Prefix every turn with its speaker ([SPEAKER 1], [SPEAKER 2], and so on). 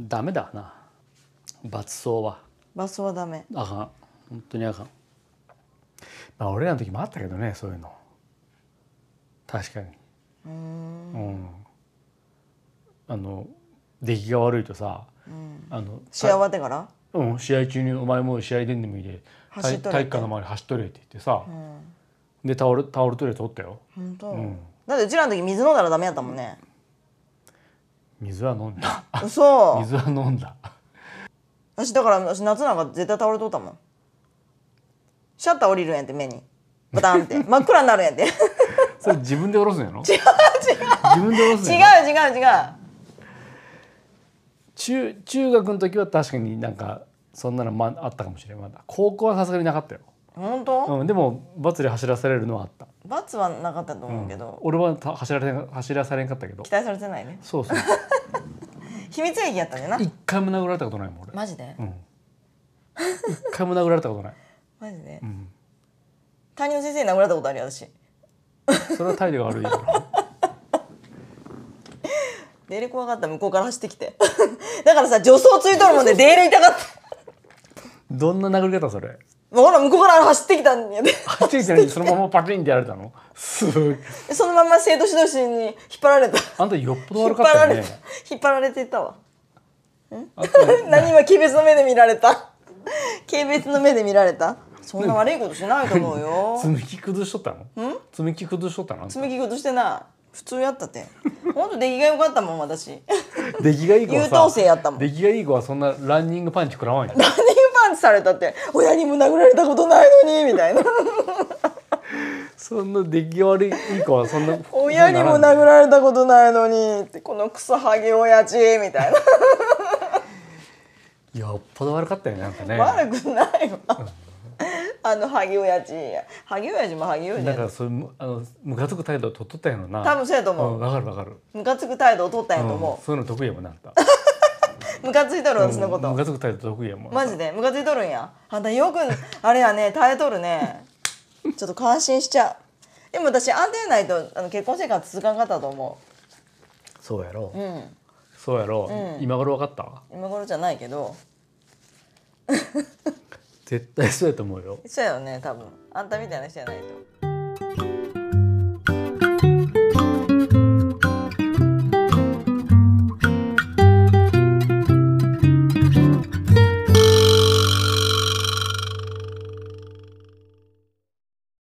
[SPEAKER 1] ダメだな罰走は
[SPEAKER 2] バスはダメ
[SPEAKER 1] あかん本当にあかん
[SPEAKER 3] まあ俺らの時もあったけどねそういうの確かにうんあの出来が悪いとさ、あの
[SPEAKER 2] 試合終わってから
[SPEAKER 3] うん、試合中に「お前もう試合出んでもいいで
[SPEAKER 2] 走っ
[SPEAKER 3] 体
[SPEAKER 2] とれ
[SPEAKER 3] 体育館の周り走っとれ」って言ってさ、でタオルタオルトイレ取ったよ
[SPEAKER 2] 本当、だってうちらの時水飲んだらダメやったもんね
[SPEAKER 3] 水は飲んだ
[SPEAKER 2] 嘘
[SPEAKER 3] 水は飲んだ
[SPEAKER 2] 私だから私夏なんか絶対倒れとったもんシャッター降りるやんって目にバタン って真っ暗になるやんって違
[SPEAKER 3] それ自分で下ろすんやろ違う違う自分で下ろすん
[SPEAKER 2] う
[SPEAKER 3] やろ
[SPEAKER 2] 違う違う
[SPEAKER 3] 中中学の時は確かになんかそんなのまあったかもしれないまだ高校はさすがになかったよ、
[SPEAKER 2] 本当、
[SPEAKER 3] うん、でもバツで走らされるのはあった
[SPEAKER 2] 罰はなかったと思うけど、
[SPEAKER 3] 俺はた走られん走らされんかったけど
[SPEAKER 2] 期待されてないね
[SPEAKER 3] そうそう
[SPEAKER 2] 秘密兵器やったんだよな
[SPEAKER 3] 一回も殴られたことないもん俺
[SPEAKER 2] マジで、
[SPEAKER 3] 一回も殴られたことない
[SPEAKER 2] マジで、担任の先生に殴られたことあるよ私
[SPEAKER 3] それは態度が悪いよ
[SPEAKER 2] 出入り怖かった向こうから走ってき てだからさ助走ついとるもんで出入り痛かった
[SPEAKER 3] どんな殴り方それ
[SPEAKER 2] もうほら向こうから走ってきたんやで
[SPEAKER 3] 走ってきてないそのままパチンってやられたのすごい
[SPEAKER 2] そのまま生徒指導室に引っ張られた
[SPEAKER 3] あんたよっぽど
[SPEAKER 2] 引っ
[SPEAKER 3] 悪か
[SPEAKER 2] 張
[SPEAKER 3] っ
[SPEAKER 2] ら
[SPEAKER 3] た
[SPEAKER 2] れ
[SPEAKER 3] よ
[SPEAKER 2] た
[SPEAKER 3] ね
[SPEAKER 2] 引っ張られていたわ
[SPEAKER 3] あんた
[SPEAKER 2] 何今軽蔑の目で見られた軽蔑の目で見られたそんな悪いことしないと思うよ
[SPEAKER 3] 積み木崩しとったの積み木崩しとったのあんた
[SPEAKER 2] 積み木事してない普通やったてほんと出来が良かったもん 私ランニング
[SPEAKER 3] 出来がいい子は
[SPEAKER 2] 優等生やったもん
[SPEAKER 3] 出来がいい子はそんなランニングパンチ食らわんよ
[SPEAKER 2] パンチされたって親にも殴られたことないのにみたいな
[SPEAKER 3] そんな出来が悪いいい子はそんな
[SPEAKER 2] 親にも
[SPEAKER 3] な
[SPEAKER 2] 殴られたことないのにってこのクソハゲ親父みたい
[SPEAKER 3] よっぽど悪かったよねなんかね
[SPEAKER 2] な悪くないわあのハゲ親父ハゲ親父もハゲ親
[SPEAKER 3] なん
[SPEAKER 2] 父
[SPEAKER 3] かそうむあのムカつく態度を取っとったよな
[SPEAKER 2] 多分そうやと
[SPEAKER 3] う
[SPEAKER 2] 思
[SPEAKER 3] ん
[SPEAKER 2] う
[SPEAKER 3] わかるわかる
[SPEAKER 2] ムカつく態度を取ったんやと
[SPEAKER 3] うん
[SPEAKER 2] 思
[SPEAKER 3] そういうの得意やもんなん か
[SPEAKER 2] うムカついとる私のこ
[SPEAKER 3] ム
[SPEAKER 2] と
[SPEAKER 3] カつく態度得意やもん
[SPEAKER 2] マジでムカついとるんやあんたよくあれやね耐えとるねちょっと感心しちゃうでも私安定ないとあの結婚生活続かんかったと思
[SPEAKER 3] そうやろ
[SPEAKER 2] ううん
[SPEAKER 3] そうやろ今頃分かった
[SPEAKER 2] 今頃じゃないけど
[SPEAKER 3] 絶対そうやと思うよ
[SPEAKER 2] そうやよね多分あんたみたいな人じゃないと。